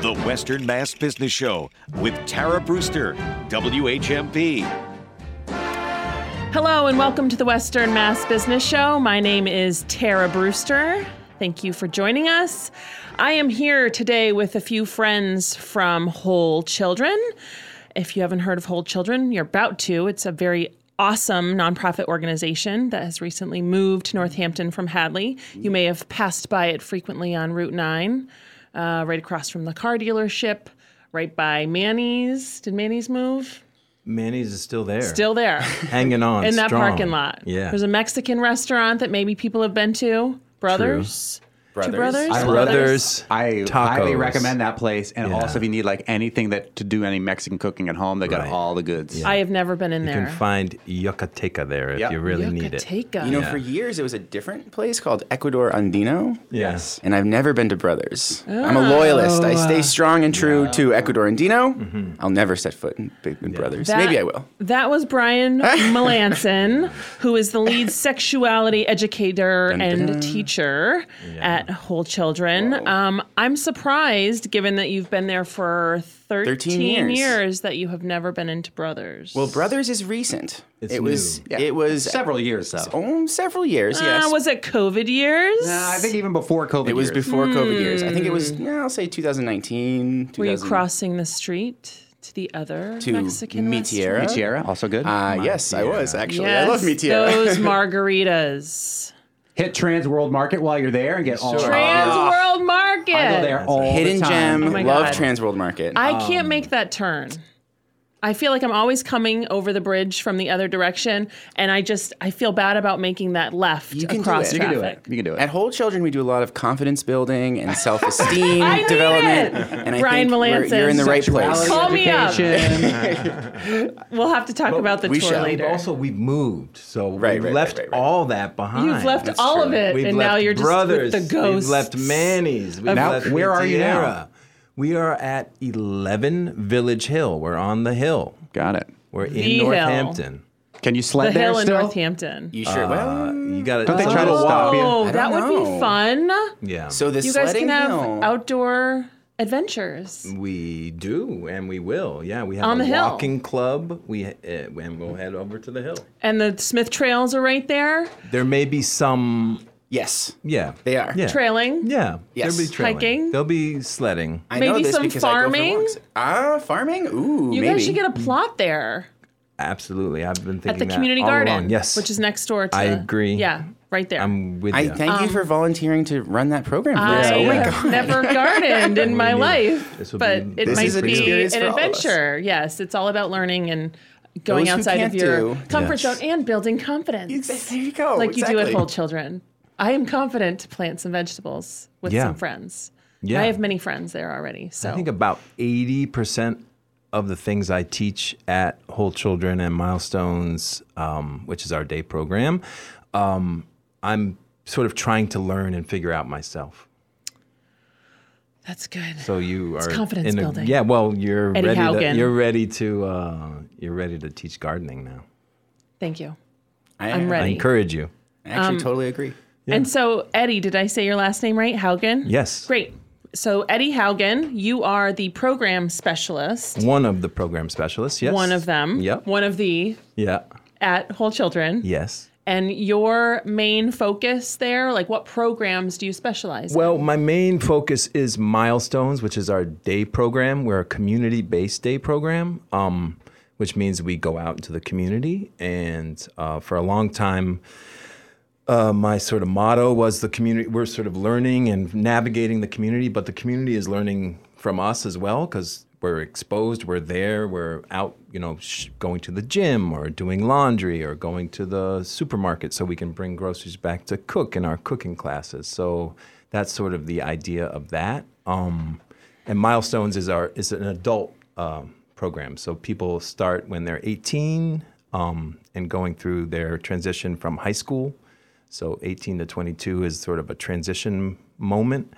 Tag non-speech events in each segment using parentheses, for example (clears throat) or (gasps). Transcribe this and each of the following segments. The Western Mass Business Show with Tara Brewster, WHMP. Hello and welcome to the Western Mass Business Show. My name is Tara Brewster. Thank you for joining us. I am here today with a few friends from Whole Children. If you haven't heard of Whole Children, you're about to. It's a very awesome nonprofit organization that has recently moved to Northampton from Hadley. You may have passed by it frequently on Route 9, uh, right across from the car dealership, right by Manny's. Did Manny's move? Manny's is still there. Still there. hanging on in that strong. parking lot. Yeah. There's a Mexican restaurant that maybe people have been to. Brothers. Two brothers. I love Brothers. I highly Tacos. recommend that place. And Yeah. also, if you need like anything that to do any Mexican cooking at home, they got Right. all the goods. I have never been in You there. can find Yucateca there if Yep. you really need it. Yucateca. You know, Yeah. for years it was a different place called Ecuador Andino. Yes. And I've never been to Brothers. I'm a Oh. loyalist. I stay strong and true to Ecuador Andino. Mm-hmm. I'll never set foot in, Big in Brothers. That- Maybe I will. That was (laughs) Brian Melanson, who is the lead sexuality educator and teacher at Whole Children. Um, I'm surprised, given that you've been there for 13, 13 years. years, that you have never been into Brothers. Well, Brothers is recent. It's it was. new. It was Several years though. oh, several years. yes. Uh, was it COVID years? Nah, Uh, I think even before COVID. it was years. Mm. before COVID years. I think it was. Yeah, I'll say 2019. Mm. Were you 2000 crossing the street to the other to Mexican Mi restaurant? Tierra. Tierra, also good. Uh, yes, I was actually. I love Mi Yes, Tierra. Those margaritas. Hit Trans World Market while you're there and get all. Trans World Market. Oh, I go there all Hidden the time. Oh gem. Oh my love God. Trans World Market. I can't make that turn. I feel like I'm always coming over the bridge from the other direction, and I just I feel bad about making that left You can do across it. You traffic. can You can do it. You can do it. At Whole Children, we do a lot of confidence building and self-esteem I need development. it. And I Brian think we're- Melanson. you're in the right Sexuality, place. Call me up. education. (laughs) We'll have to talk about the we tour shall. later. Also, we've moved, so Right, we've right, left right, right, right. all that behind. You've left all of it, We've and left now you're just brothers. with the ghosts. We've left Manny's. We've Now, left where are you now? Tierra. We are at 11 Village Hill. We're on the hill. Got it. We're in The hill. Northampton. Can you sled the there hill in still? Northampton. You sure? well, You got to Don't they try to stop you? Oh, I that would don't be know. fun. Yeah. so the You guys can sledding have uh, hill. outdoor adventures. We do, and we will. Yeah, we have On a the hill. walking club. We uh, and we'll head over to the hill. And the Smith trails are right there, There may be some. yes, Yeah, They are. Yeah, trailing. yeah. Yes. There'll be trailing. Hiking? There'll be sledding. I know Maybe this some because I go for farming? walks. Ah, farming. Ooh, You maybe. guys should get a plot there Absolutely, I've been thinking at the that community all garden, along. Yes, which is next door to I the- agree. Yeah, right there. I'm with I you. thank you for volunteering to run that program. for us. um, I oh my yeah. god. have never gardened (laughs) in my need- life, this would but be- it this might is an be experience an for all of us. adventure. Yes, it's all about learning and going Those who outside of can't your do- comfort Yes. zone and building confidence, There you Oh, go. like you do at exactly. Whole Children. I am confident to plant some vegetables with Yeah. some friends. Yeah. I have many friends there already. So I think about eighty percent of the things I teach at Whole Children and Milestones, um, which is our day program, um, I'm sort of trying to learn and figure out myself. that's good. So you are confidence in a, building. Yeah, well, you're Eddie ready. Haugen. To, you're ready to. Uh, you're ready to teach gardening now. Thank you. I, I'm I ready. encourage you. I um, actually totally agree. And so, Eddie, did I say your last name right? Haugen? Yes. Great. So, Eddie Haugen, you are the program specialist, One of the program specialists. Yes. one of them, Yep. one of the Yeah. at Whole Children. Yes. And your main focus there, like what programs do you specialize in? Well, my main focus is Milestones, which is our day program. We're a community based day program, um, which means we go out into the community. And uh, for a long time, uh, my sort of motto was the community, we're sort of learning and navigating the community, but the community is learning from us as well because we're exposed, we're there, we're out, you know, sh- going to the gym or doing laundry or going to the supermarket so we can bring groceries back to cook in our cooking classes. So that's sort of the idea of that. Um, and Milestones is our is an adult um, program, so people start when they're 18 um, and going through their transition from high school. So 18 to 22 is sort of a transition moment,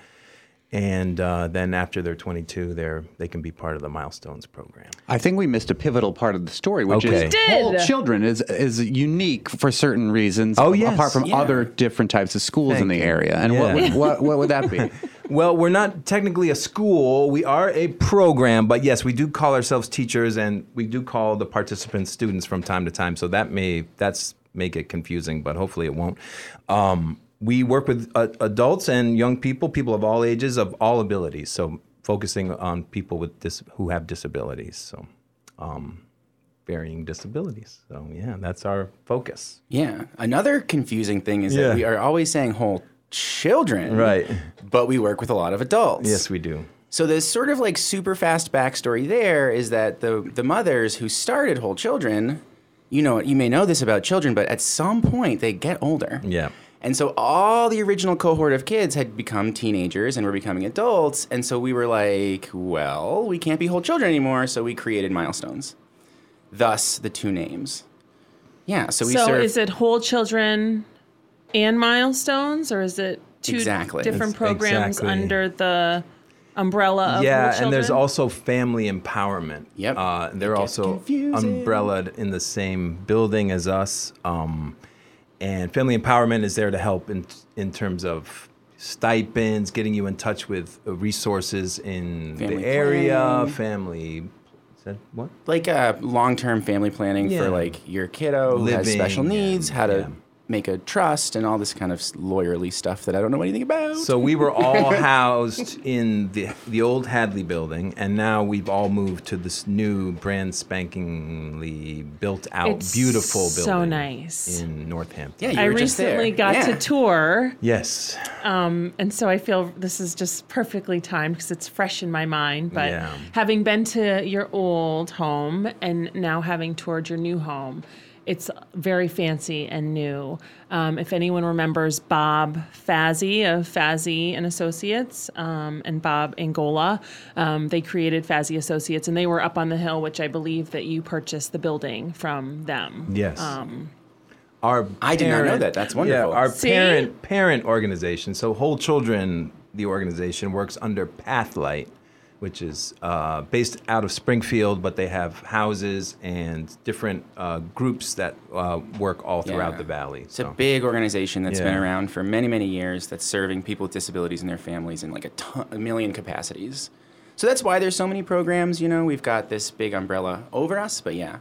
and uh, then after they're 22, they're they can be part of the Milestones program. I think we missed a pivotal part of the story, which Okay. We is did. whole children is is unique for certain reasons. Oh, yes. apart from Yeah. other different types of schools in the area, and Yeah. what, what what would that be? Well, we're not technically a school. We are a program, but yes, we do call ourselves teachers, and we do call the participants students from time to time. So that may that's make it confusing, but hopefully it won't. Um, we work with uh, adults and young people, people of all ages, of all abilities. So focusing on people with dis- who have disabilities. So. Um, varying disabilities. So yeah, that's our focus. Yeah. Another confusing thing is Yeah. that we are always saying whole children. Right. But we work with a lot of adults. Yes, we do. So the sort of like super fast backstory there is that the the mothers who started Whole Children, you know, you may know this about children, but at some point they get older. Yeah. And so all the original cohort of kids had become teenagers and were becoming adults, and so we were like, well, we can't be whole children anymore, so we created milestones. Thus the two names. Yeah, so we so serve is it whole children and milestones, or is it two Exactly. different Ex- programs exactly. under the umbrella of whole yeah, children? and there's also family empowerment. Yep. Uh, they're also confusing. umbrellaed in the same building as us. Um, and family empowerment is there to help in in terms of stipends, getting you in touch with uh, resources in Family the area, planning. family. Is that what? like uh, long-term family planning Yeah. for like your kiddo who has Living special needs, and- how to yeah. make a trust, and all this kind of s- lawyerly stuff that I don't know anything about. So we were (laughs) all housed in the the old Hadley building, and now we've all moved to this new, brand spankingly built out, It's beautiful building. so nice. in Northampton. yeah, you I were just there. recently got Yeah. to tour Yes. and so I feel this is just perfectly timed because it's fresh in my mind. But Yeah. having been to your old home and now having toured your new home, it's very fancy and new. Um, if anyone remembers Bob Fazzi of Fazzi and Associates um, and Bob Angola, um, they created Fazzi Associates and they were up on the hill, which I believe that you purchased the building from them. Um, Yes. our I did not know parent- that. That's wonderful. Yeah, our See? parent parent organization. So Whole Children, the organization, works under Pathlight, which is uh, based out of Springfield, but they have houses and different uh, groups that uh, work all throughout Yeah. the valley. It's a So big organization that's been Yeah. around for many, many years that's serving people with disabilities and their families in like a, ton, a million capacities. So that's why there's so many programs, you know. We've got this big umbrella over us, but yeah.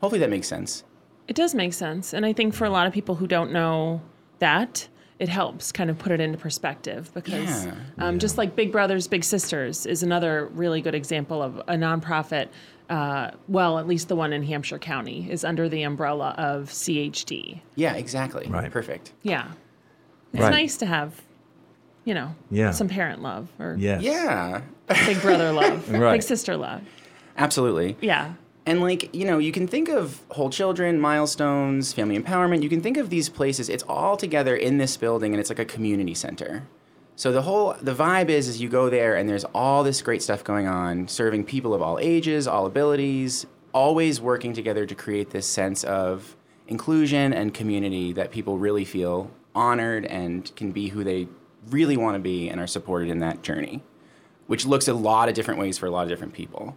Hopefully that makes sense. It does make sense. And I think for a lot of people who don't know that, it helps kind of put it into perspective because Yeah. um, just like Big Brothers Big Sisters is another really good example of a nonprofit. Uh, well, at least the one in Hampshire County is under the umbrella of CHD. Yeah, exactly. Right. Perfect. Yeah, it's Right. nice to have, you know, Yeah. some parent love or yes. Yeah, big brother love, big Right. sister love. absolutely. Yeah, And like, you know, you can think of whole children, milestones, family empowerment. You can think of these places. It's all together in this building and it's like a community center. So the whole the vibe is is you go there and there's all this great stuff going on, serving people of all ages, all abilities, always working together to create this sense of inclusion and community that people really feel honored and can be who they really want to be and are supported in that journey which looks a lot of different ways for a lot of different people.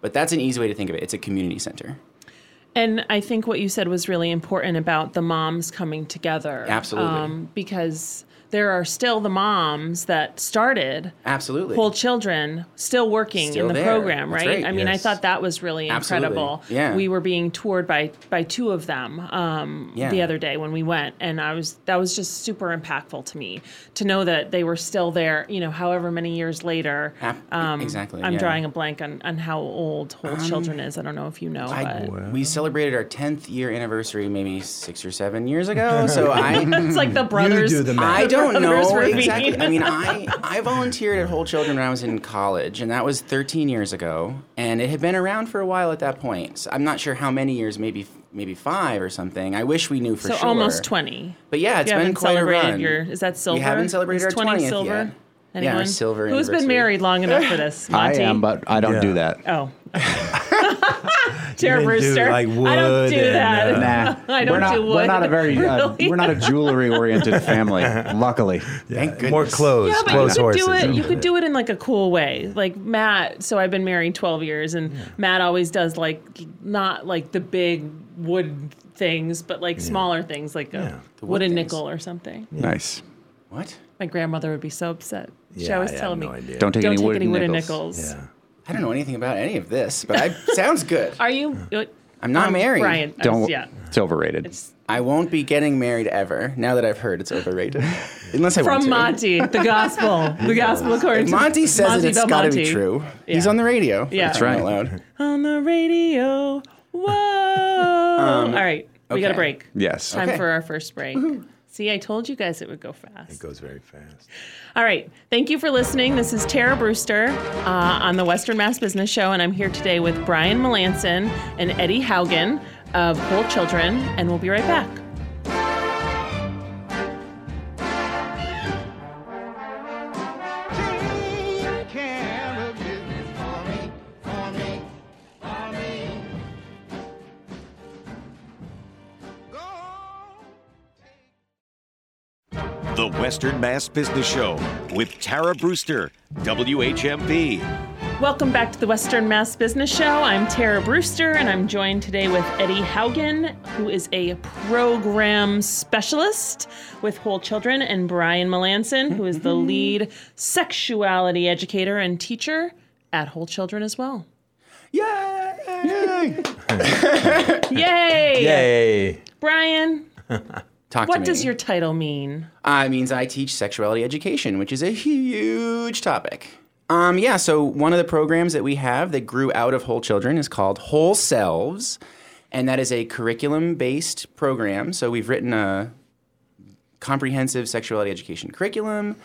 But that's an easy way to think of it. It's a community center. And I think what you said was really important about the moms coming together. Um, Absolutely. because there are still the moms that started Absolutely. whole children still working Still in the there. program, That's right? right. I mean, I Yes. thought that was really Absolutely. incredible. Yeah. We were being toured by by two of them um, Yeah. the other day when we went, and I was that was just super impactful to me to know that they were still there. You know, however many years later. Ab- exactly, um, I'm yeah. Um, drawing a blank on, on how old whole children is. I don't know if you know. I, but. we celebrated our 10th year anniversary maybe six or seven years ago. So I, It's like (laughs) the brothers. do the math. I don't brothers know were exactly. mean. I mean, I, (laughs) I volunteered at Whole Children when I was in college, and that was 13 years ago. And it had been around for a while at that point. So I'm not sure how many years, maybe maybe five or something. I wish we knew for So sure. almost 20. But yeah, it's you been haven't quite a celebrated run. your, is that silver? haven't celebrated Is our 20 20th silver? yet. Yeah, Anyone? our silver Who's been anniversary. married long enough for (laughs) this? I Monty? am, but I don't Yeah. do that. Oh. (laughs) Tara do, Brewster. I like, don't wood do and, that. uh, Nah, I don't we're not. do wood. We're not a very. Uh, Really? We're not a jewelry-oriented family. Luckily, Thank goodness. More clothes, Yeah, but clothes you could horses. do it. You (laughs) could do it in like a cool way, like Matt. So I've been married twelve years, and Matt always does like not like the big wood things, but like smaller things, like a Yeah. wooden things. nickel or something. nice. What? My grandmother would be so upset. she Yeah, always I have tell me, no idea. Don't take "Don't any take wooden any wooden nickels. nickels." Yeah. I don't know anything about any of this, but I (laughs) sounds good. Are you? uh, I'm not married. Um, Brian. I Don't. was- (laughs) yeah. It's overrated. I won't be getting married ever. Now that I've heard it's overrated, unless I want From to. Monty, the gospel, (laughs) the gospel according If to Monty says Monty it, it's got to be Belmonte. true. He's Yeah. on the radio. Yeah. That's That's right. right. Loud. on the radio. Whoa! Um, All right, we got a okay. break. Yes. Time Okay. for our first break. See, I told you guys it would go fast. It goes very fast. All right. Thank you for listening. This is Tara Brewster uh, on the Western Mass Business Show, and I'm here today with Brian Melanson and Eddie Haugen of Whole Children, and we'll be right back. Take care of business for me, for me, for me. Go. The Western Mass Business Show with Tara Brewster, WHMP. Welcome back to the Western Mass Business Show. I'm Tara Brewster, and I'm joined today with Eddie Haugen, who is a program specialist with Whole Children, and Brian Melanson, who is the Mm-hmm. lead sexuality educator and teacher at Whole Children as well. Yay! Yay! Yay! Brian, Talk to what me. does your title mean? Uh, it means I teach sexuality education, which is a huge topic. Um, yeah, so one of the programs that we have that grew out of Whole Children is called Whole Selves, and that is a curriculum based program. So we've written a comprehensive sexuality education curriculum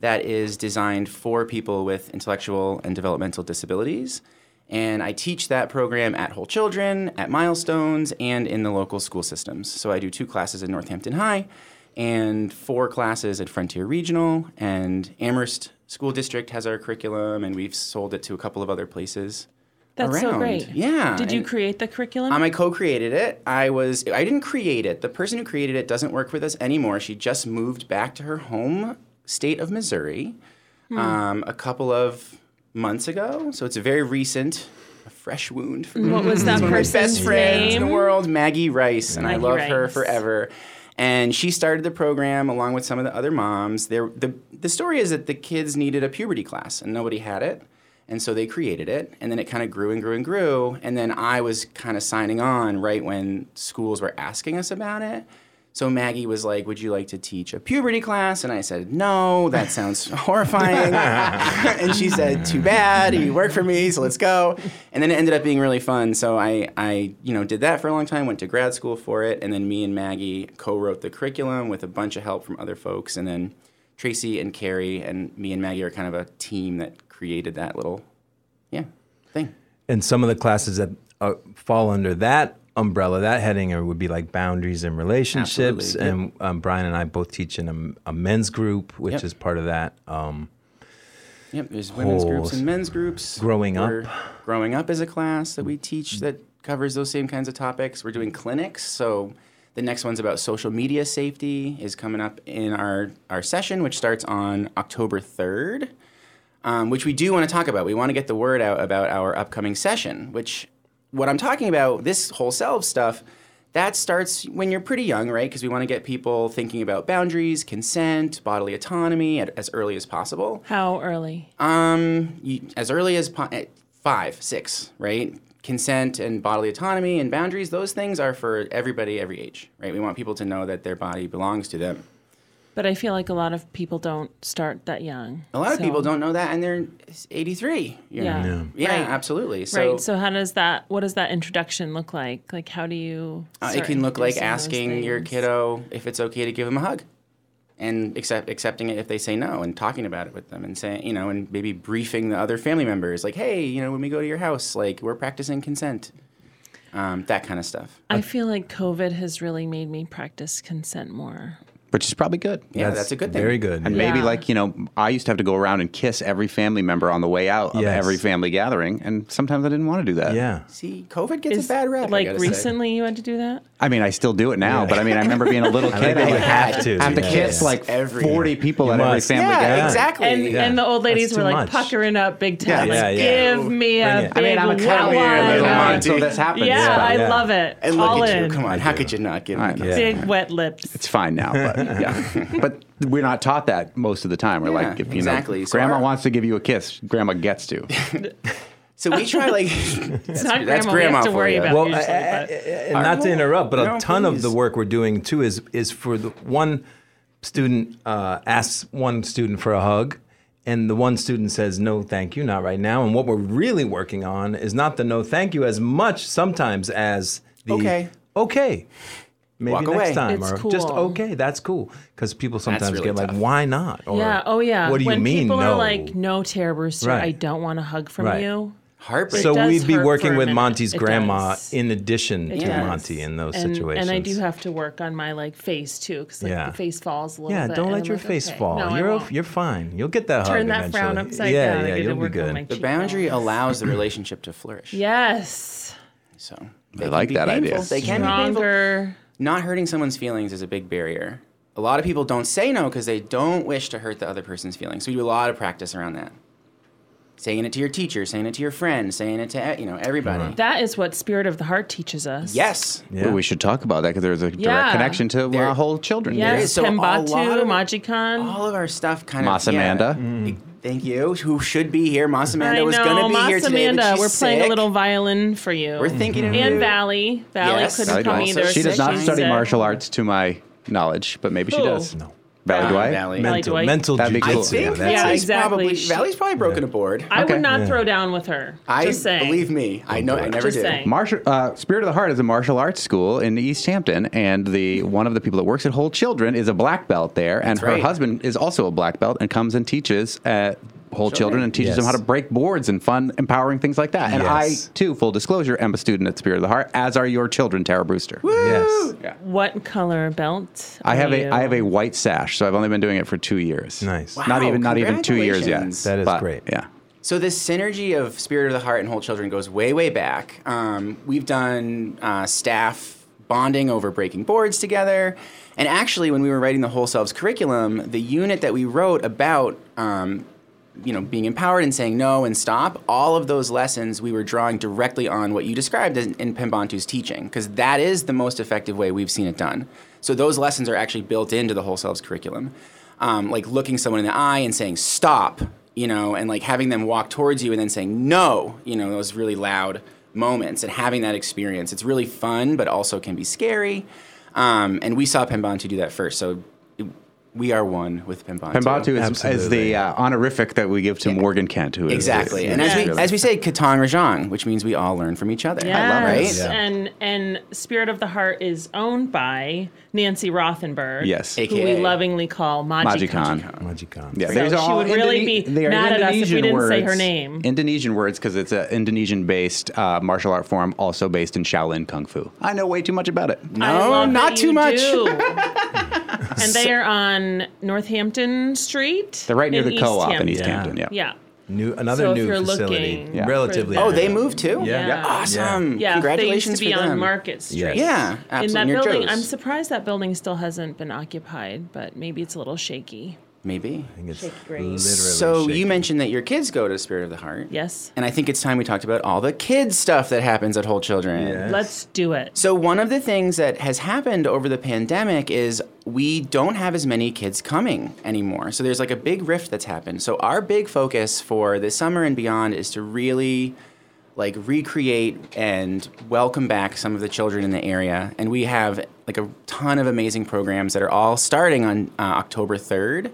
that is designed for people with intellectual and developmental disabilities. And I teach that program at Whole Children, at Milestones, and in the local school systems. So I do two classes at Northampton High and four classes at Frontier Regional. And Amherst School District has our curriculum, and we've sold it to a couple of other places. That's so around. great. Yeah, Did you and- create the curriculum? Um, I co-created it. I was I didn't create it. The person who created it doesn't work with us anymore. She just moved back to her home state of Missouri Hmm. um, a couple of months ago. So it's a very recent, a fresh wound for me. what was that My person's best friend in name? the world, Maggie Rice, and I Maggie love her Rice. forever. And she started the program along with some of the other moms. There, the the story is that the kids needed a puberty class and nobody had it, and so they created it. And then it kind of grew and grew and grew. And then I was kind of signing on right when schools were asking us about it. So Maggie was like, "Would you like to teach a puberty class?" And I said, "No, that sounds (laughs) horrifying." and she said, "Too bad, you work for me, so let's go." And then it ended up being really fun. So I, I, you know, did that for a long time. Went to grad school for it, and then me and Maggie co-wrote the curriculum with a bunch of help from other folks, and then Tracy and Carrie and me and Maggie are kind of a team that created that little, yeah, thing. And some of the classes that uh, fall under that umbrella, that heading, or would be like boundaries and relationships. Absolutely, And um, Brian and I both teach in a, a men's group, which Yep. is part of that. Um, Yep, there's women's groups Whole and men's groups. growing up. Growing up is a class that we teach that covers those same kinds of topics. We're doing clinics, so the next one's about social media safety is coming up in our, our session, which starts on October 3rd, um, which we do want to talk about. We want to get the word out about our upcoming session, which what I'm talking about, this whole self stuff, that starts when you're pretty young, right? Because we want to get people thinking about boundaries, consent, bodily autonomy at, as early as possible How early? Um, you, as early as po- eh, five, six, right? Consent and bodily autonomy and boundaries, those things are for everybody, every age, right? We want people to know that their body belongs to them. But I feel like a lot of people don't start that young. A lot of So- people don't know that, and they're 83. you know? Yeah. Yeah. Yeah, Right. absolutely. So, right. So how does that? What does that introduction look like? Like how do you? uh, it start can look like introducing those asking your things? kiddo if it's okay to give them a hug and accept, accepting it if they say no and talking about it with them and saying, you know, and maybe briefing the other family members like, hey, you know, when we go to your house, like, we're practicing consent, um, that kind of stuff. I feel like COVID has really made me practice consent more. Which is probably good. Yeah, that's, a good thing. Very good. And yeah. maybe Yeah. like, you know, I used to have to go around and kiss every family member on the way out of Yes. every family gathering. And sometimes I didn't want to do that. yeah. See, COVID gets Is- a bad rap. I like gotta say. recently, you had to do that. I mean, I still do it now, but I mean, I remember being a little kid. think I you would have to, Have to yeah. kiss Yeah. like Every- 40 people at must. every family Yeah, gathering. exactly. And and the old ladies were That's like too much. puckering up big time. Yeah, like yeah. give me a Bring it. big I I mean, I'm a coward, wine. little Yeah. Monty. So this happens. Yeah, but- I Yeah. love it. and look All at in. you. Come on, how could you not give I me know. Big wet lips. (laughs) It's fine now, but yeah. but we're not taught that most of the time. We're Yeah, like, if you exactly. know, So grandma our- wants to give you a kiss, grandma gets to. So we try like that's, It's not that's grandma, we have to for worry you. about Well, usually, I- I- but- and not to interrupt, but No, a ton of the please. work we're doing too is is for the one student uh, asks one student for a hug, and the one student says no, thank you, not right now. And what we're really working on is not the no, thank you as much sometimes as the Okay. okay. Maybe Walk next away. time, It's or just cool. okay. That's cool because people sometimes really get like, tough. "Why not?" Or, yeah. Oh, yeah. What do you when mean? People no, are like, no, Tara Brewster, Right. I don't want a hug from Right. you. Heartbreak. so does we'd be hurt for working a with minute. Monty's It grandma does. in addition to does. Monty in those And, situations. and I do have to work on my like face too, because like Yeah. the face falls a little Yeah, bit. don't and let I'm your like, face okay, fall. No, I you're won't. you're fine. You'll get that Turn hug that frown eventually. upside yeah, down. I Yeah, gotta you'll be work on good. my The boundary allows the relationship to flourish. Yes. So they can like be that idea. painful. They can be painful. Stronger. Not hurting someone's feelings is a big barrier. A lot of people don't say no because they don't wish to hurt the other person's feelings. So we do a lot of practice around that. Saying it to your teacher, saying it to your friend, saying it to you know everybody. That is what Spirit of the Heart teaches us. Yes. Yeah. Well, we should talk about that because there's a direct Yeah. connection to There- uh, whole children. There Yes. is. So a Timbuktu, lot of- Majikan. All of our stuff kind Mas of. yeah. Amanda. Thank you. Who should be here? Mas Amanda I was know. gonna be Mas here today. Amanda, but she's we're playing a sick. little violin for you. We're thinking Mm-hmm. of and you. Valley. Valley Yes. couldn't Valley come Dwyer. either. She does so not she's study sick. martial arts to my knowledge, but maybe she Who? does. no. Valley do I? Valley. Valley Mental, Dwight. mental That'd be I cool. jujitsu. think that's- Yeah, Valley's exactly. probably She- Valley's probably broken a board. I Okay. would not throw down with her. I Just saying. believe me. I know. I never Just did. saying. Martial, uh, Spirit of the Heart is a martial arts school in East Hampton, and the one of the people that works at Whole Children is a black belt there, and her right. husband is also a black belt and comes and teaches at Whole Children, and teaches them Yes. how to break boards and fun, empowering things like that. And Yes. I too, full disclosure, am a student at Spirit of the Heart, as are your children, Tara Brewster. Yes. What color belt? I have are a you? I have a white sash, so I've only been doing it for two years. Nice. Wow, Not even not even two years yet. congratulations. That is But, great. Yeah. So this synergy of Spirit of the Heart and Whole Children goes way, way back. Um, we've done uh, staff bonding over breaking boards together, and actually, when we were writing the Whole Selves curriculum, the unit that we wrote about, um, you know, being empowered and saying no and stop, all of those lessons we were drawing directly on what you described in, in Pembantu's teaching, because that is the most effective way we've seen it done. So those lessons are actually built into the Whole Selves curriculum um, like looking someone in the eye and saying stop you know and like having them walk towards you and then saying no you know those really loud moments and having that experience it's really fun but also can be scary um, and we saw pembantu do that first so it- we are one with pembantu Pembantu is, is Absolutely. the uh, honorific that we give to Morgan Kent, who is exactly and as we, as we say katang rajang which means we all learn from each other Yes. right Yeah. And and Spirit of the Heart is owned by Nancy Rothenberg. Yes. Who we AKA. lovingly call Majikan. Magicon. Magicon. Yeah, So these she are all would really be they are mad at us if we Indonesian didn't say her words- name. Indonesian words because it's an Indonesian-based uh, martial art form, also based in Shaolin Kung Fu. I know way too much about it. I No, love that not you too much. (laughs) do. and they are on Northampton Street. They're right near in the East co-op in East Yeah. Hampton. Yeah. Yeah. New another So if new you're facility. looking Yeah. Relatively. for- oh they moved too Yeah. Yeah. awesome Yeah. congratulations they used to be for on them Market Street. Yes. yeah absolutely. In that Near building, Joe's. I'm surprised that building still hasn't been occupied, but maybe it's a little shaky. maybe I think it's Shake green. literally so shaking. you mentioned that your kids go to spirit of the heart Yes. And I think it's time we talked about all the kids stuff that happens at Whole Children. Let's do it. So one of the things that has happened over the pandemic is we don't have as many kids coming anymore. So there's like a big rift that's happened. So our big focus for this summer and beyond is to really like recreate and welcome back some of the children in the area. And we have like a ton of amazing programs that are all starting on uh, October 3rd.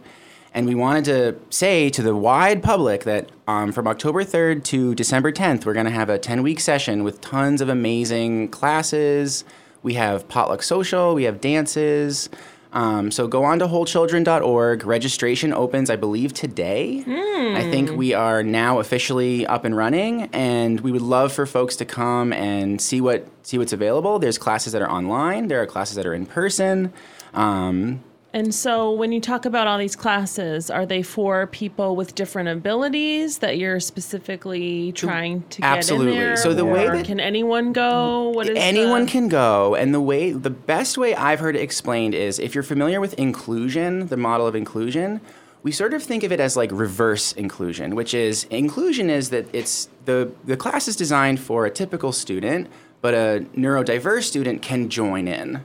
And we wanted to say to the wide public that um, from October 3rd to December 10th, we're going to have a 10 week session with tons of amazing classes. We have potluck social, we have dances. Um, so go on to wholechildren.org. Registration opens, I believe, today. I think we are now officially up and running, and we would love for folks to come and see what see what's available. There's classes that are online. There are classes that are in person. Um, And so, when you talk about all these classes, are they for people with different abilities that you're specifically trying to absolutely. get in there? So the way Or that- can anyone go? What is anyone the- can go and the way the best way i've heard it explained is if you're familiar with inclusion the model of inclusion we sort of think of it as like reverse inclusion which is inclusion is that it's the the class is designed for a typical student but a neurodiverse student can join in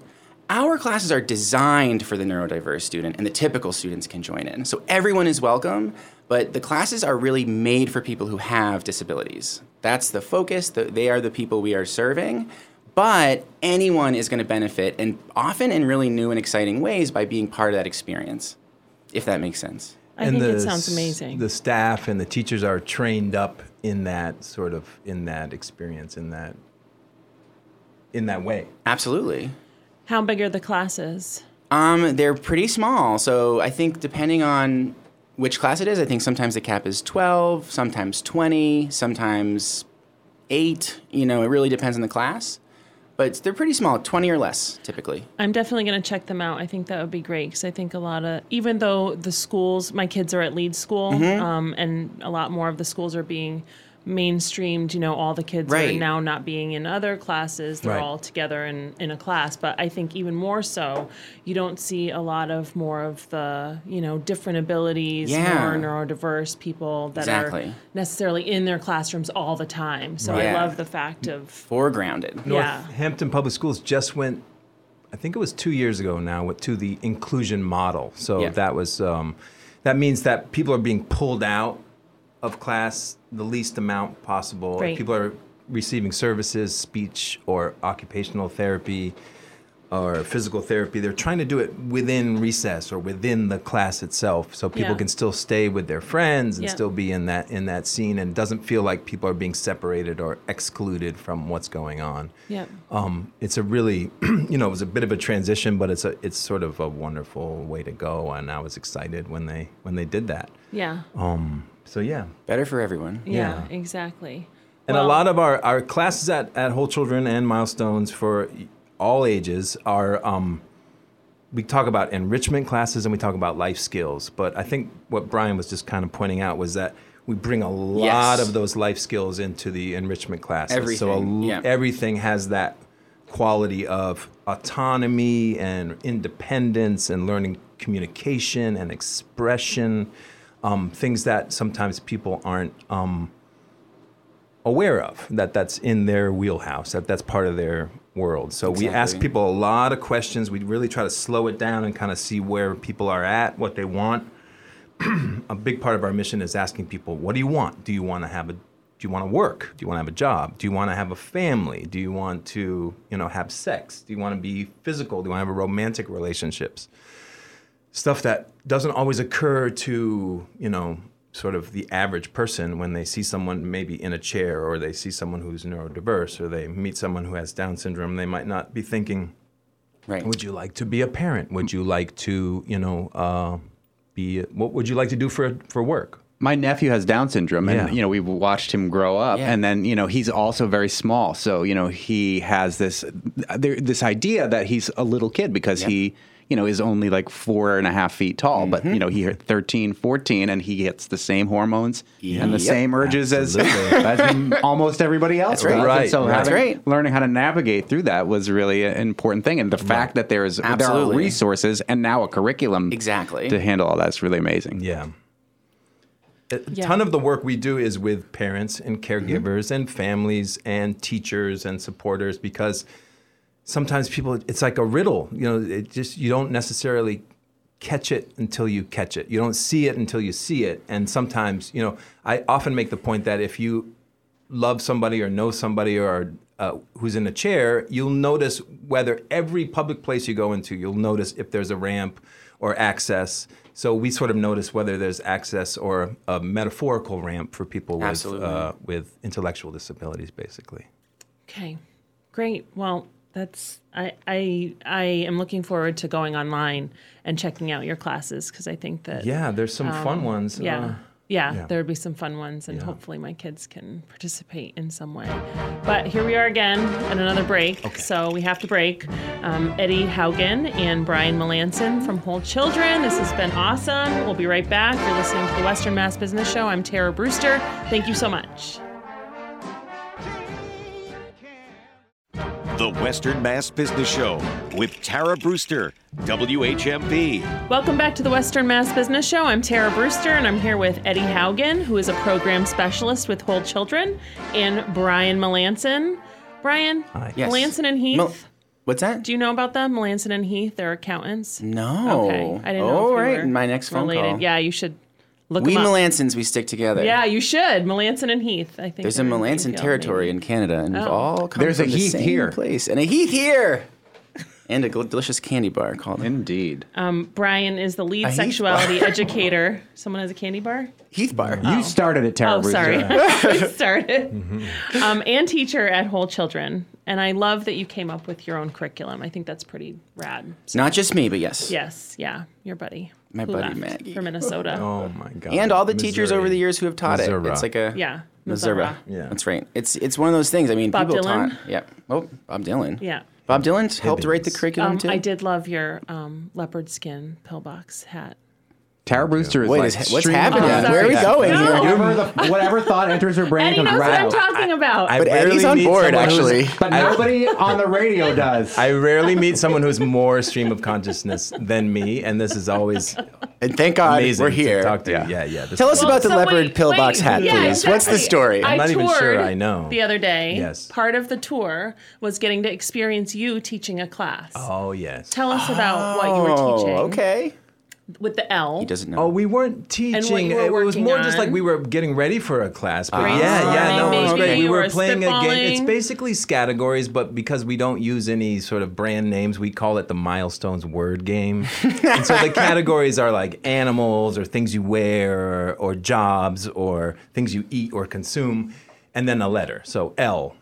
Our classes are designed for the neurodiverse student, and the typical students can join in. So everyone is welcome, but the classes are really made for people who have disabilities. That's the focus, the, they are the people we are serving. But anyone is going to benefit, and often in really new and exciting ways, by being part of that experience, if that makes sense. I and think the, it sounds s- amazing. The staff and the teachers are trained up in that sort of in that experience in that in that way. Absolutely. How big are the classes? Um, they're pretty small. So I think depending on which class it is, I think sometimes the cap is 12, sometimes 20, sometimes 8. You know, it really depends on the class. But they're pretty small, 20 or less typically. I'm definitely going to check them out. I think that would be great because I think a lot of, even though the schools, my kids are at lead school, Mm-hmm. um, and a lot more of the schools are being mainstreamed. You know, all the kids are Right. now not being in other classes; they're Right. all together in in a class. But I think even more so, you don't see a lot of more of the you know different abilities, Yeah. more neurodiverse people that are Exactly. necessarily in their classrooms all the time. So I Yeah. love the fact of Foregrounded. yeah. Hampton Public Schools just went, I think it was two years ago now, with- to the inclusion model. So Yeah. that was um, that means that people are being pulled out of class the least amount possible. Right. People are receiving services, speech or occupational therapy or physical therapy. They're trying to do it within recess or within the class itself, so people Yeah. can still stay with their friends and Yeah. still be in that in that scene, and it doesn't feel like people are being separated or excluded from what's going on Yep. um, it's a really (clears throat) you know it was a bit of a transition but it's a it's sort of a wonderful way to go and i was excited when they when they did that Yeah. so yeah Better for everyone. yeah. Exactly. and Well- a lot of our our classes at at whole children and milestones for all ages are um we talk about enrichment classes and we talk about life skills but i think what brian was just kind of pointing out was that we bring a lot Yes. of those life skills into the enrichment classes so a Everything, l- yeah. everything has that quality of autonomy and independence and learning communication and expression um, things that sometimes people aren't um, aware of that that's in their wheelhouse that that's part of their world so we ask Exactly. people a lot of questions we really try to slow it down and kind of see where people are at what they want a big part of our mission is asking people what do you want do you want to have a do you want to work do you want to have a job do you want to have a family do you want to you know have sex do you want to be physical do you want to have romantic relationships stuff that doesn't always occur to you know sort of the average person when they see someone maybe in a chair or they see someone who's neurodiverse or they meet someone who has down syndrome they might not be thinking Right. would you like to be a parent would you like to you know uh, be what would you like to do for for work my nephew has Down syndrome, and Yeah. you know we've watched him grow up, Yeah. and then you know he's also very small, so you know he has this there, this idea that he's a little kid because he you know is only like four and a half feet tall, but Mm-hmm. you know he hit 13, 14, and he gets the same hormones and the Yep. same urges as, (laughs) as almost everybody else. That's does. right. And So Right. That's having- right. Learning how to navigate through that was really an important thing, and the fact that there is there are Absolutely. resources and now a curriculum Exactly. to handle all that's really amazing. Yeah. A Yeah. ton of the work we do is with parents and caregivers and families and teachers and supporters because sometimes people it's like a riddle, you know, it just you don't necessarily catch it until you catch it. You don't see it until you see it. And sometimes, you know, I often make the point that if you love somebody or know somebody or uh, who's in a chair, you'll notice whether every public place you go into, you'll notice if there's a ramp or access. So we sort of notice whether there's access or a metaphorical ramp for people with, Absolutely. uh, with intellectual disabilities, basically. Okay, great. Well, that's I I I am looking forward to going online and checking out your classes because I think that Yeah, there's some fun ones. yeah. uh, yeah, yeah. there would be some fun ones, and hopefully my kids can participate in some way. But here we are again at another break. So we have to break. Um, Eddie Haugen and Brian Melanson from Whole Children. This has been awesome. We'll be right back. You're listening to the Western Mass Business Show. I'm Tara Brewster. Thank you so much. The Western Mass Business Show with Tara Brewster, WHMP. Welcome back to the Western Mass Business Show. I'm Tara Brewster, and I'm here with Eddie Haugen, who is a program specialist with Whole Children, and Brian Melanson. Brian, Yes. Melanson and Heath. Mel- What's that? Do you know about them, Melanson and Heath? They're accountants. no. Okay, I didn't oh, know. if you right. were My next phone related. call. Yeah, you should look We them up. Melansons, we stick together. Yeah, you should. Melanson and Heath. I think There's a they're in Melanson Greenfield, territory maybe. in Canada, and we've Oh. all come There's a from the Heath same here. place, and a Heath here, and a gl- delicious candy bar called. Indeed. Brian is the lead Heath (laughs) sexuality educator. Someone has a candy bar. Heath Bar. you started at Terra Oh, sorry. (laughs) (laughs) I started. Um, and teacher at Whole Children. And I love that you came up with your own curriculum. I think that's pretty rad. So, Not just me, but yes. yes, yeah, your buddy. My who buddy left Maggie. from Minnesota. Oh my god. And all the teachers Missouri. over the years who have taught Missouri. it. It's like a Yeah, Missouri. Missouri. Yeah. That's right. It's it's one of those things. I mean, Bob people Dylan? taught. Yeah. Oh, Bob Dylan. Yeah. Bob Dylan helped write the Hibbins. curriculum Um, too. I did love your um, leopard skin pillbox hat. Tara Brewster is Wait, like is- what's extremely happening? obsessed Where are we with going that. here? Oh, Whatever, the, (laughs) whatever thought enters her brain And he comes knows right what I'm out. talking about. I I, But rarely Eddie's on meet board, someone who's- actually. But nobody on the radio does. I rarely meet someone who's more stream of consciousness than me, and this is always and thank God amazing we're to here. talk to you. Yeah, yeah. this Tell is us about the leopard pillbox hat, yeah, please. What's the exactly. story? I not even sure toured I know. The other day, Yes. part of the tour was getting to experience you teaching a class. Oh yes. Tell us about what you were oh, teaching. okay. With the L. He doesn't know. Oh, we weren't teaching. were It was working more just on- like we were getting ready for a class. But yeah, yeah, no, it was Brainstorming, great. maybe, We or were playing a game. It's spitballing. basically categories, but because we don't use any sort of brand names, we call it the milestones word (laughs) game. and so the categories are like animals, or things you wear, or, or jobs, or things you eat or consume, and then a letter. So L.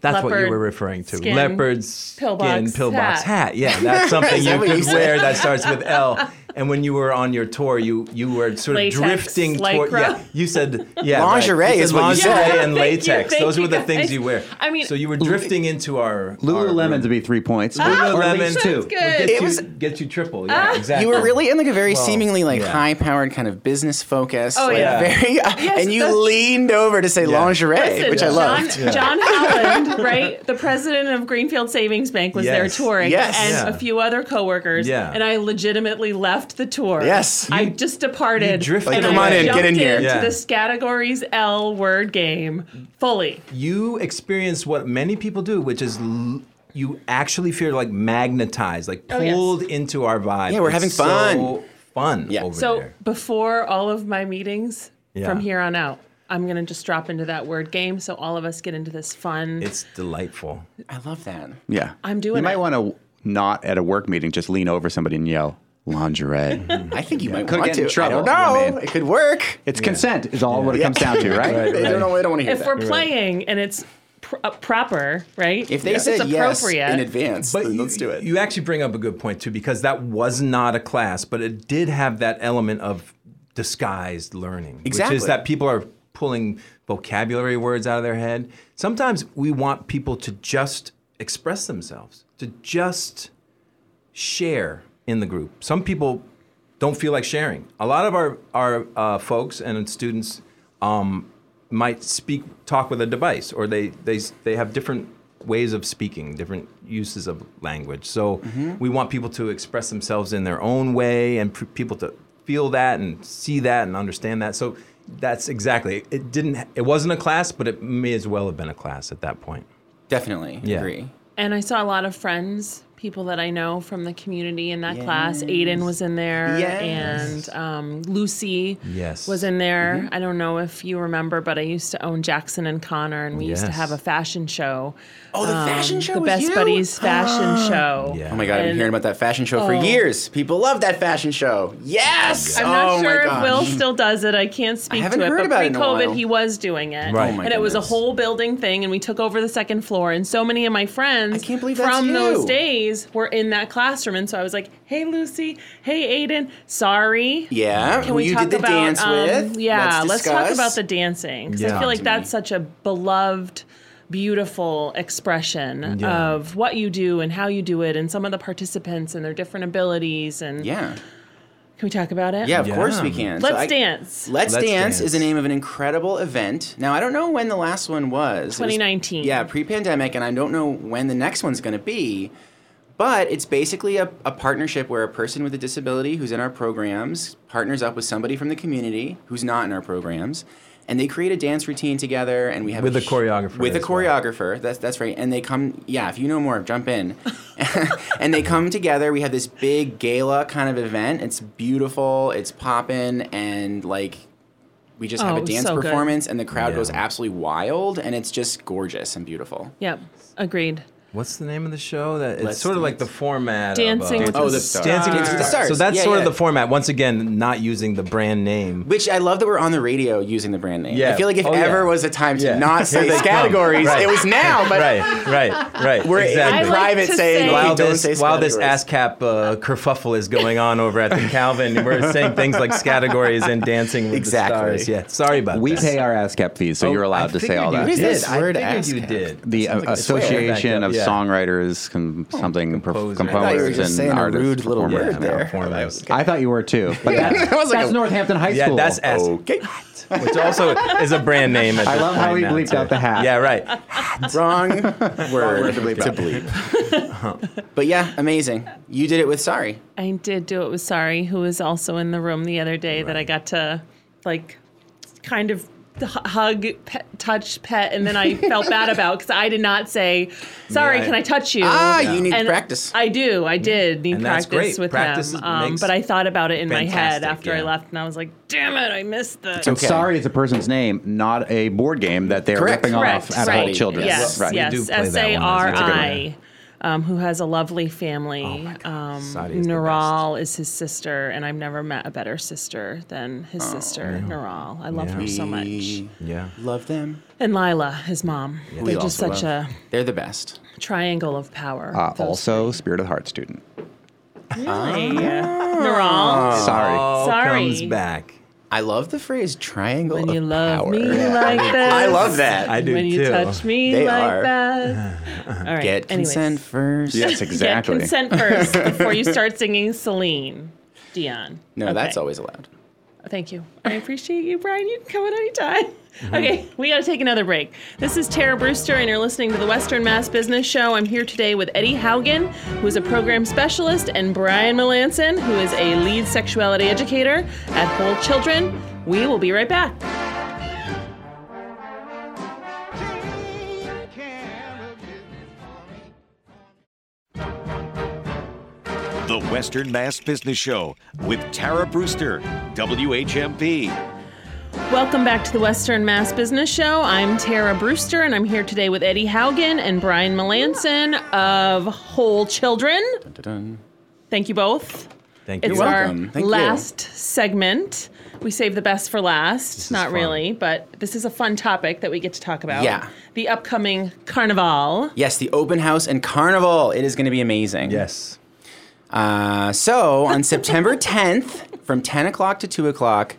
That's what you Leopard were referring to. skin, Leopard skin pillbox pillbox hat. hat. Yeah, (laughs) that's something that you what you could said? wear that starts with L. And when you were on your tour, you you were sort Latex, of drifting toward. lycra. Yeah, you said yeah. Lingerie right. You is said what you lingerie said. Yeah, thank and you, latex. thank Those you, were the guys. things you wear. I mean- so you were drifting into our Lululemon Our to be three points. Lululemon that's too. Ah, good. Ah. Would It Get you was- get you triple. Yeah, exactly. You were really in like a very Well, seemingly like yeah. high-powered kind of business focus. Oh, like, yeah. Very, uh, and you that's- leaned over to say lingerie, Listen, which I John- loved. John Holland, right? The president of Greenfield Savings Bank was there Yes. touring, Yes. and a Yeah. few other coworkers. Yeah. And I legitimately left the tour. Yes. I just departed. you drifted. and Like, I come on in, jumped get in here. into Yeah. this categories L word game fully. you experience what many people do, which is l- you actually feel like magnetized, like Oh, yes. pulled into our vibe. Yeah, we're It's having fun. so fun Yeah. over So there. before all of my meetings Yeah. from here on out, I'm gonna just drop into that word game, so all of us get into this fun. It's delightful. I love that. Yeah. I'm doing You might it. want to not at a work meeting just lean over somebody and yell (laughs) lingerie. I think you might Could want get to. in trouble, I I don't know. mean. It could work. it's consent is all what it comes (laughs) down to, right? I don't know. I don't want to hear if that. we're playing and it's pr- uh, proper, right? if they it's said yes appropriate. in advance, But then you, let's do it. You actually bring up a good point too, because that was not a class, but it did have that element of disguised learning, Exactly. which is that people are pulling vocabulary words out of their head. Sometimes we want people to just express themselves, to just share in the group. Some people don't feel like sharing. A lot of our our uh, folks and students um, might speak talk with a device, or they they they have different ways of speaking, different uses of language. So we want people to express themselves in their own way, and for people to feel that and see that and understand that. So that's exactly it. Didn't it wasn't a class, but it may as well have been a class at that point. Definitely Yeah. agree. And I saw a lot of friends, people that I know from the community in that class. Aiden was in there, Yes. Mm-hmm. and um, Lucy Yes. was in there. I don't know if you remember, but I used to own Jackson and Connor, and we used to Yes. have a fashion show. Um, Oh, the fashion show The was Best you? Buddies (gasps) fashion show. Yeah. Oh my god, I've been And- hearing about that fashion show for Oh. years. People love that fashion show. Yes. I'm not oh sure my if gosh. Will still does it. I can't speak haven't to it. heard but about it in a pre-COVID, while. he was doing it, Right. Oh and my it was a goodness. whole building thing. And we took over the second floor, and so many of my friends can't believe that's from those you. days were in that classroom. And so I was like, "Hey, Lucy. Hey, Aiden. Sorry. Yeah. Can who we you talk did the about? dance um, with? Yeah. Let's, Let's, talk discuss. about the dancing 'cause I Yeah. feel like To me. that's such a beloved." Beautiful expression Yeah. of what you do and how you do it, and some of the participants and their different abilities. And Yeah. can we talk about it? Yeah, of Yeah. course we can. So Let's I- dance. Let's, Let's dance, is the Dance. name of an incredible event. Now I don't know when the last one was. It was- 2019. yeah, pre-pandemic, and I don't know when the next one's going to be. But it's basically a, a partnership where a person with a disability who's in our programs partners up with somebody from the community who's not in our programs, and they create a dance routine together, and we have With a a choreographer With a as well. choreographer, that's that's right. And they come, yeah. If you know more, jump in. and they come together. We have this big gala kind of event. It's beautiful. It's poppin', and like we just have Oh, a dance so good. performance, and the crowd Yeah. goes absolutely wild, and it's just gorgeous and beautiful. Yep. Agreed. What's the name of the show? That it's Let's sort of like the Dance. format. Dancing of, uh, with Oh, the the Stars. Dancing with Dancing the with the Stars. So Stars. that's Yeah, sort of yeah. the format. Once again, not using the brand name. Which I love that we're on the radio using the brand name. Yeah. I feel like if Oh, yeah. ever was a time to Yeah. Here not say they come. categories, Right. it was now. But right, right, right. (laughs) we're exactly. I in like private to saying, say- "Hey, while don't say this while this categories." ASCAP uh, kerfuffle is going on over at the Calvin, we're saying things like categories and dancing with Exactly. the stars. Yeah, sorry about We that. pay our ASCAP fees, so you're allowed to say all that. Who is Did. this I word figured you ASCAP? did. the uh, Association Back up, of yeah. Songwriters, com- something pro- composers. I Oh, I thought you were components, just saying and a artists. rude little performers. word Yeah, there. performers. I thought you were too, but that's, (laughs) That was like that's a- Northampton High Yeah, School. that's S, Okay. which also is a brand name. At I this love how point he now, bleeped too. out the hat. Yeah, right. Wrong (laughs) word to bleep. but yeah, amazing. You did it with sorry. I did do it with Sari, who was also in the room the other day that I got to like kind of h- hug, pet, touch, pet, and then (laughs) I felt bad about because I did not say, "Sorry, Yeah. can I touch you?" Ah, you need And practice. I do. I did need And that's practice great. with Practice them. is- Um, makes but I thought about it in my head fantastic, after I yeah. left, and I was like, "Damn it, I missed that." I'm Okay. sorry, it's a person's name, not a board game that they're Correct. ripping Correct. off at right. all children. Yes. Right. Yes. We do play that S A one. R That's a good one. I. Um, who has a lovely family. um, Saudi is the Neural is his sister, and I've never met a better sister than his sister, Neural. I love her so much. We Yeah. Love them. And Lila, his mom. They're just also such love. a They're the best. triangle of power. Uh, Those- also, Spirit of the Heart student. Hey, Neural. Sorry. All Sorry. comes back. I love the phrase triangle. When of you love power. me like that. I love that. I do When you too. touch me They like are. that. All right. Get anyways. consent first. Yes, exactly. Get consent (laughs) first before you start singing Celine Dion. No, Okay. that's always allowed. Thank you. I appreciate you, Brian. You can come at any time. Mm-hmm. Okay, we got to take another break. This is Tara Brewster, and you're listening to the Western Mass Business Show. I'm here today with Eddie Haugen, who is a program specialist, and Brian Melanson, who is a lead sexuality educator at Whole Children. We will be right back. Take care of business for me. The Western Mass Business Show with Tara Brewster, WHMP. Welcome back to the Western Mass Business Show. I'm Tara Brewster, and I'm here today with Eddie Haugen and Brian Melanson of Whole Children. Dun-dun-dun. Thank you both. Thank It's you. our welcome. Thank you. last segment. We save the best for last. is Not fun. really, but this is a fun topic that we get to talk about. Yeah. The upcoming carnival. Yes, the open house and carnival. It is going to be amazing. Yes. Uh, so on September 10th, from 10 o'clock to 2 o'clock,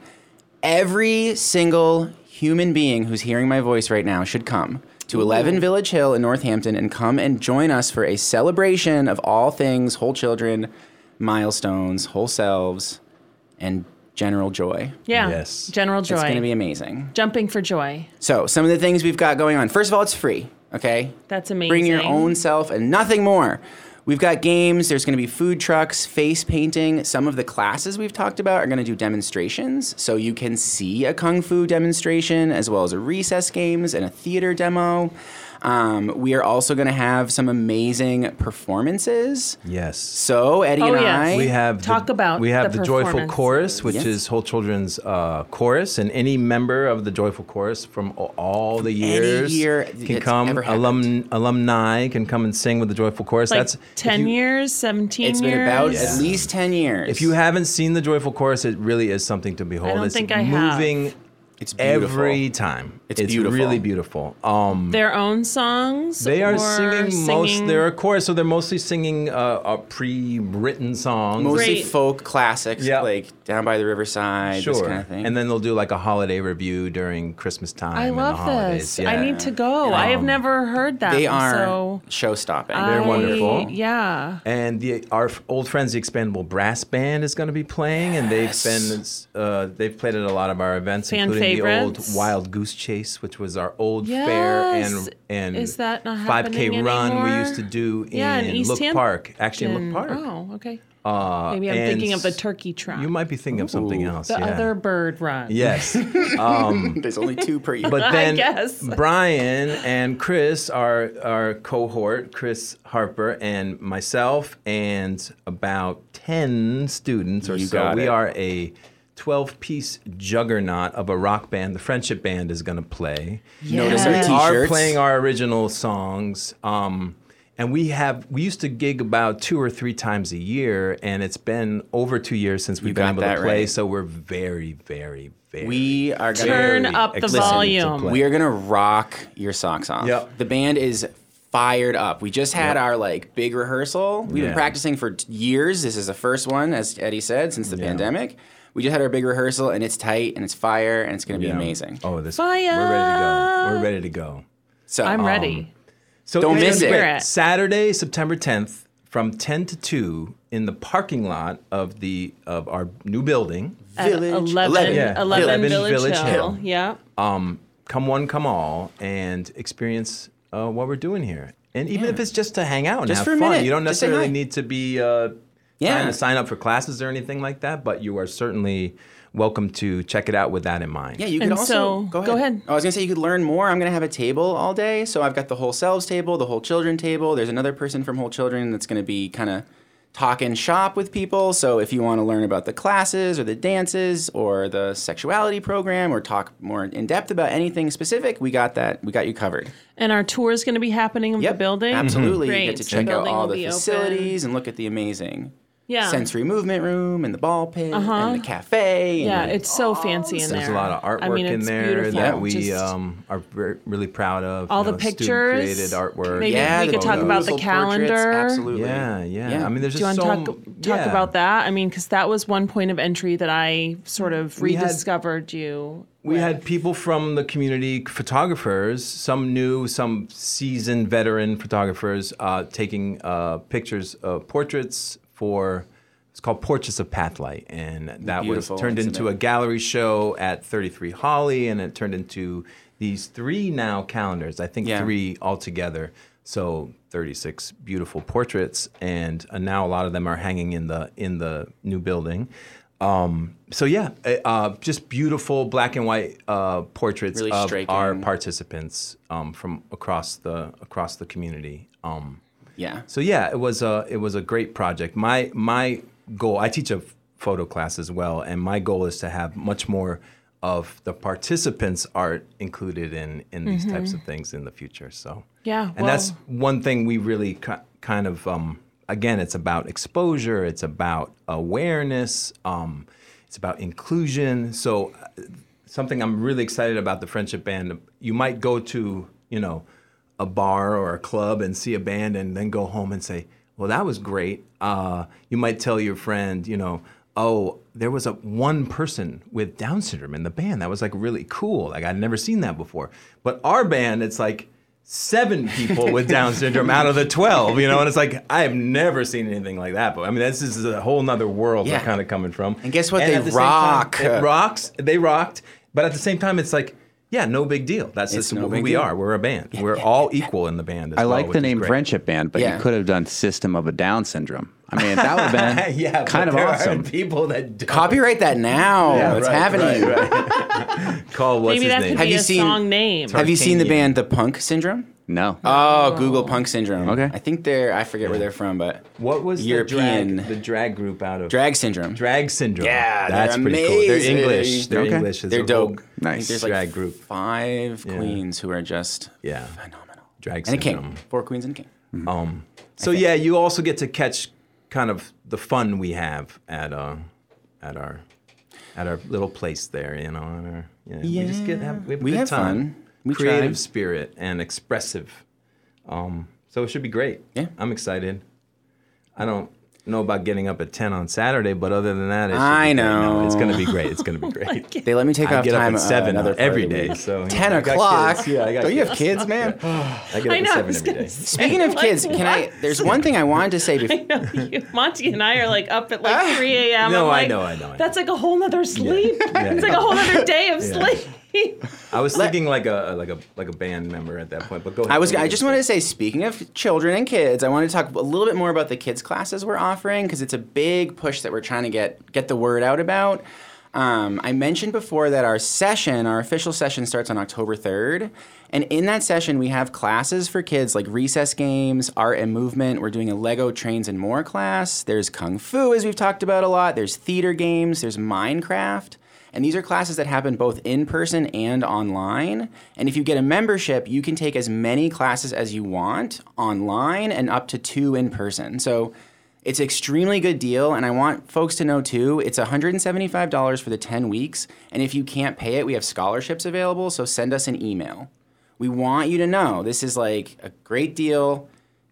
every single human being who's hearing my voice right now should come to 11 Village Hill in Northampton and come and join us for a celebration of all things whole children, milestones, whole selves, and general joy. Yeah. Yes. General Joy. It's going to be amazing. Jumping for joy. So, some of the things we've got going on. First of all, it's free, okay? That's amazing. Bring your own self and nothing more. We've got games, there's going to be food trucks, face painting. Some of the classes we've talked about are going to do demonstrations. So you can see a kung fu demonstration, as well as a recess games and a theater demo. Um, we are also going to have some amazing performances. Yes. So, Eddie Oh, and yes. I. We have Talk the, about we have the the, joyful performances. chorus, which Yes. is Whole Children's uh, chorus, and any member of the joyful chorus from a- all the years year can it's come. ever Alum, alumni can come and sing with the joyful chorus. Like That's if 10 you- years, 17 it's years. been about Yeah. at least 10 years. If you haven't seen the joyful chorus, it really is something to behold. don't it's think I have. moving it's beautiful. every time. It's beautiful. really beautiful. Um, Their own songs. They are or singing, most. singing- They're a chorus, so they're mostly singing uh, uh, pre-written songs. mostly Great. folk classics Yeah. like down by the riverside this Sure, kind of thing and then they'll do like a holiday review during Christmas time. I and the love holidays. this. Yeah. I need to go. I have never heard that. they are So show stopping I- wonderful. Yeah. And the, our f- old friends, the Expandable Brass Band, is going to be playing, and they've been uh, they've played at a lot of our events, Fan including favorites. the old Wild Goose Chase race, which was our old fair Yes. and and Is that not 5K happening run we anymore? used to do in, Yeah, in East Look Hampton. Park. Actually, in Look Park. Uh, Oh, okay. Maybe I'm and thinking of the s- turkey trot. You might be thinking of something else. the yeah. other bird run. (laughs) Yes. There's only two per (laughs) year. (laughs) But then guess. Brian and Chris, our our cohort, Chris Harper and myself, and about ten students or You so. got We it. are a twelve-piece juggernaut of a rock band. The Friendship Band is going to play. Notice Yeah. our We are t-shirts. playing our original songs. Um, and we have we used to gig about two or three times a year, and it's been over two years since we've been got able to that play. right. So we're very, very, very we are gonna Turn very up the excited to volume. play. We are gonna rock your socks off. Yep. The band is fired up. We just had our like big rehearsal. We've Yeah. been practicing for t- years. This is the first one, as Eddie said, since the pandemic. We just had our big rehearsal, and it's tight, and it's fire, and it's gonna be Yeah. amazing. Oh, this We're ready to Fire. go. We're ready to go. So uh, I'm ready. So Don't miss wait, it. wait. Spirit. Saturday, September 10th, from 10 to 2 in the parking lot of the of our new building. At 11, Um, yeah. 11 11 Village, Village Hill. Hill. Yeah. Come one, come all, and experience uh, what we're doing here. And even if it's just to hang out and Just have for a fun, minute. you don't Just say necessarily hi. need to be uh, Yeah. trying to sign up for classes or anything like that. But you are certainly welcome to check it out with that in mind. Yeah, you could And so- also go ahead. Oh, go ahead. I was gonna say you could learn more. I'm gonna have a table all day, so I've got the whole selves table, the whole children table. There's another person from whole children that's gonna be kind of talking shop with people. So if you want to learn about the classes or the dances or the sexuality program or talk more in depth about anything specific, we got that. We got you covered. And our tour is going to be happening in Yep, the building. Mm-hmm. Absolutely, Great. you get to The check out building all will the be open. facilities and look at the amazing. Yeah. Uh-huh. Sensory movement room and the ball pit and the cafe. and- Yeah, it's so fancy in there. There's a lot of artwork I mean, in it's there beautiful. that we Just um, are ver- really proud of. all you the know, student pictures. created artwork. Maybe Yeah, we the could talk about the beautiful portraits, calendar. Absolutely. Yeah, yeah, Yeah. I mean, there's Do you just want to so talk, talk yeah. about that? I mean, because that was one point of entry that I sort of We had- rediscovered you. We had people from the community, photographers, some new, some seasoned veteran photographers, uh, taking uh, pictures of portraits for. It's called Portraits of Pathlight, and that was Beautiful, turned isn't into a it? gallery show at 33 Holly, and it turned into these three now calendars. I think Yeah. three altogether. So 36 beautiful portraits, and uh, now a lot of them are hanging in the in the new building. Um, so yeah, uh, uh, just beautiful black and white uh, portraits Really of our striking. participants um, from across the across the community. Um, Yeah. so yeah, it was a it was a great project. My my goal. I teach a photo class as well, and my goal is to have much more of the participants' art included in in these types of things in the future. So Mm-hmm. Yeah, and that's well- one thing we really ki- kind of um, again, it's about exposure, it's about awareness, um, it's about inclusion. So uh, something I'm really excited about the friendship band. You might go to you know a bar or a club and see a band and then go home and say, well, that was great. Uh, you might tell your friend, you know. Oh, there was a one person with Down syndrome in the band. That was like really cool. Like I'd never seen that before. But our band, it's like seven people with Down syndrome out of the 12, you know? And it's like, I have never seen anything like that. But I mean, this is a whole nother world Yeah. we're kind of coming from. And guess what? They at the same time, rock. it rocks. They rocked. But at the same time, it's like, yeah, no big deal. That's It's just no who big we deal. are. We're a band. We're all equal in the band. As I well, like which the is name great. Friendship Band, but Yeah. you could have done System of a Down Syndrome. I mean, that would have been (laughs) yeah, kind but of there are awesome. people that do Copyright that now. it's happening. Call what's Maybe his that name? could Have be you a seen- song name. Have you seen the Tarkanian. band The Punk Syndrome? No. Oh, Google Punk Syndrome. Okay. I think they're, I forget where they're from, but what was European the drag, the drag group out of drag syndrome? Drag Syndrome. Yeah, they're that's pretty cool. They're amazing. English. They're Okay. English. There's They're a whole dope. Nice. I think There's Drag like group. five queens who are just Yeah. phenomenal. Drag and a syndrome. king. Four queens and a king. So yeah, you also get to catch kind of the fun we have at uh at our at our little place there, you know. at our- yeah, we just get have, we have, a We good have time. fun. We try. Creative spirit and expressive. Um, so it should be great. Yeah. I'm excited. I don't know about getting up at ten on Saturday, but other than that, it should be I great. No, know. Oh it's gonna be great. It's gonna (laughs) be great. They let me take I off get time uh, up at seven another on every part of the day. week. So you know, Ten I got o'clock. kids. Yeah, I got Don't you kids. have (laughs) kids, man? I get up I know. at I seven was every gonna day. say, Speaking of like, kids, can I? what? (laughs) There's one thing I wanted to say. Before, You- Monty and I are like up at Ah! like 3 a.m. I'm No, I like, know, I know, I know. That's like a whole nother sleep. Yeah, it's like yeah. a whole nother day of Yeah. sleep. (laughs) Sorry. I was thinking like a like a like a band member at that point. But go ahead. I was. What were I you just gonna wanted to say, speaking of children and kids, I want to talk a little bit more about the kids classes we're offering because it's a big push that we're trying to get get the word out about. Um, I mentioned before that our session, our official session, starts on October third, and in that session we have classes for kids like recess games, art and movement. We're doing a Lego Trains and More class. There's kung fu, as we've talked about a lot. There's theater games. There's Minecraft. And these are classes that happen both in person and online. And if you get a membership, you can take as many classes as you want online and up to two in person. So it's an extremely good deal. And I want folks to know too, it's $175 for the 10 weeks. And if you can't pay it, we have scholarships available. So send us an email. We want you to know this is like a great deal.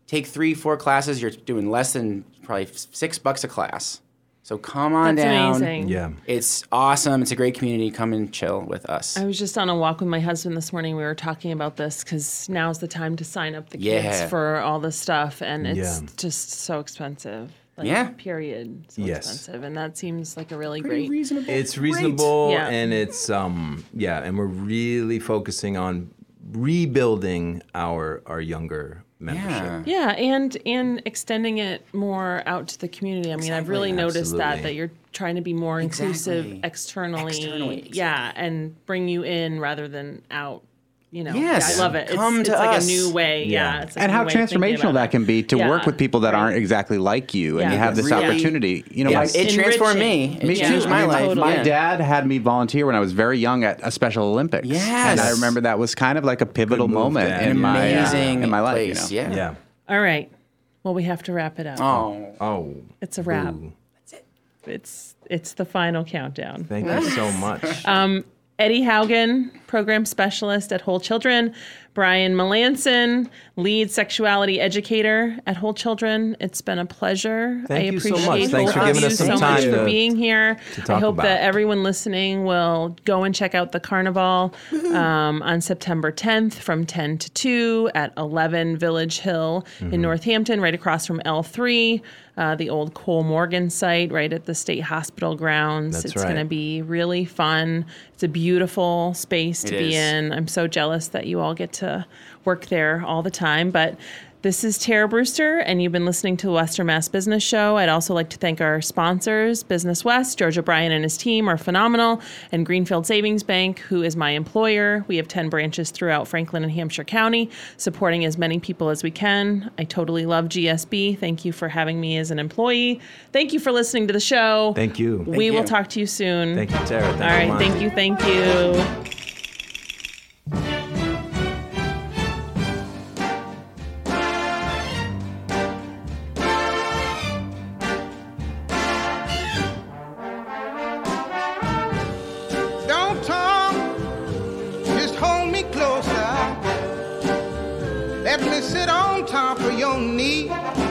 Take three, four classes. You're doing less than probably f- six bucks a class. So come on That's down. amazing. Yeah. It's awesome. It's a great community. Come and chill with us. I was just on a walk with my husband this morning. We were talking about this because now's the time to sign up the kids Yeah. for all this stuff, and it's Yeah. just so expensive. Like, Yeah. Period. So Yes. expensive, and that seems like a really great. reasonable. It's reasonable Yeah. and it's um yeah, and we're really focusing on rebuilding our our younger membership. Yeah. Yeah, and and extending it more out to the community. I mean, I've Exactly. really noticed that Absolutely. that you're trying to be more inclusive Exactly. externally. Externally, Yeah, and bring you in rather than out. You know, Yes, I love it. It's, come it's to like us. a new way. Yeah, Yeah. it's like and a new how way of thinking about transformational that it. can be to work Yeah, with people that right. aren't exactly like you and Yeah. you have this Really- opportunity you know Yeah, my, it transformed me. enriching. It Me changed too. my I mean, life. totally. Yeah. my dad had me volunteer when i was very young at a special olympics and i Yes. remember that was kind of like a pivotal move, moment Dad. in my uh, Amazing in my life you know place. Yeah. Yeah. All right. Well, we have to wrap it up. Oh. Oh. It's a wrap. ooh. It's it's the final countdown. Thank (laughs) you so much. Uh, Eddie Haugen, program specialist at Whole Children, Brian Melanson, lead sexuality educator at Whole Children. It's been a pleasure. Thank I you so appreciate much. Thanks for both of giving us you some so time much for to- being here. to talk I hope about. that everyone listening will go and check out the carnival um, on September 10th from 10 to 2 at 11 Village Hill Mm-hmm. in Northampton, right across from L3, uh, the old Cole Morgan site, right at the state hospital grounds. That's it's right. going to be really fun. It's a beautiful space to It be is. in. I'm so jealous that you all get to work there all the time. But this is Tara Brewster, and you've been listening to the Western Mass Business Show. I'd also like to thank our sponsors, Business West. George O'Brien and his team are phenomenal, and Greenfield Savings Bank, who is my employer. We have 10 branches throughout Franklin and Hampshire County, supporting as many people as we can. I totally love GSB. Thank you for having me as an employee. Thank you for listening to the show. Thank you. we you. will talk to you soon. Thank you, Tara. Thank All right. Monty. Thank you. Thank you. Don't talk, just hold me closer. Let me sit on top of your knee. Let Oh,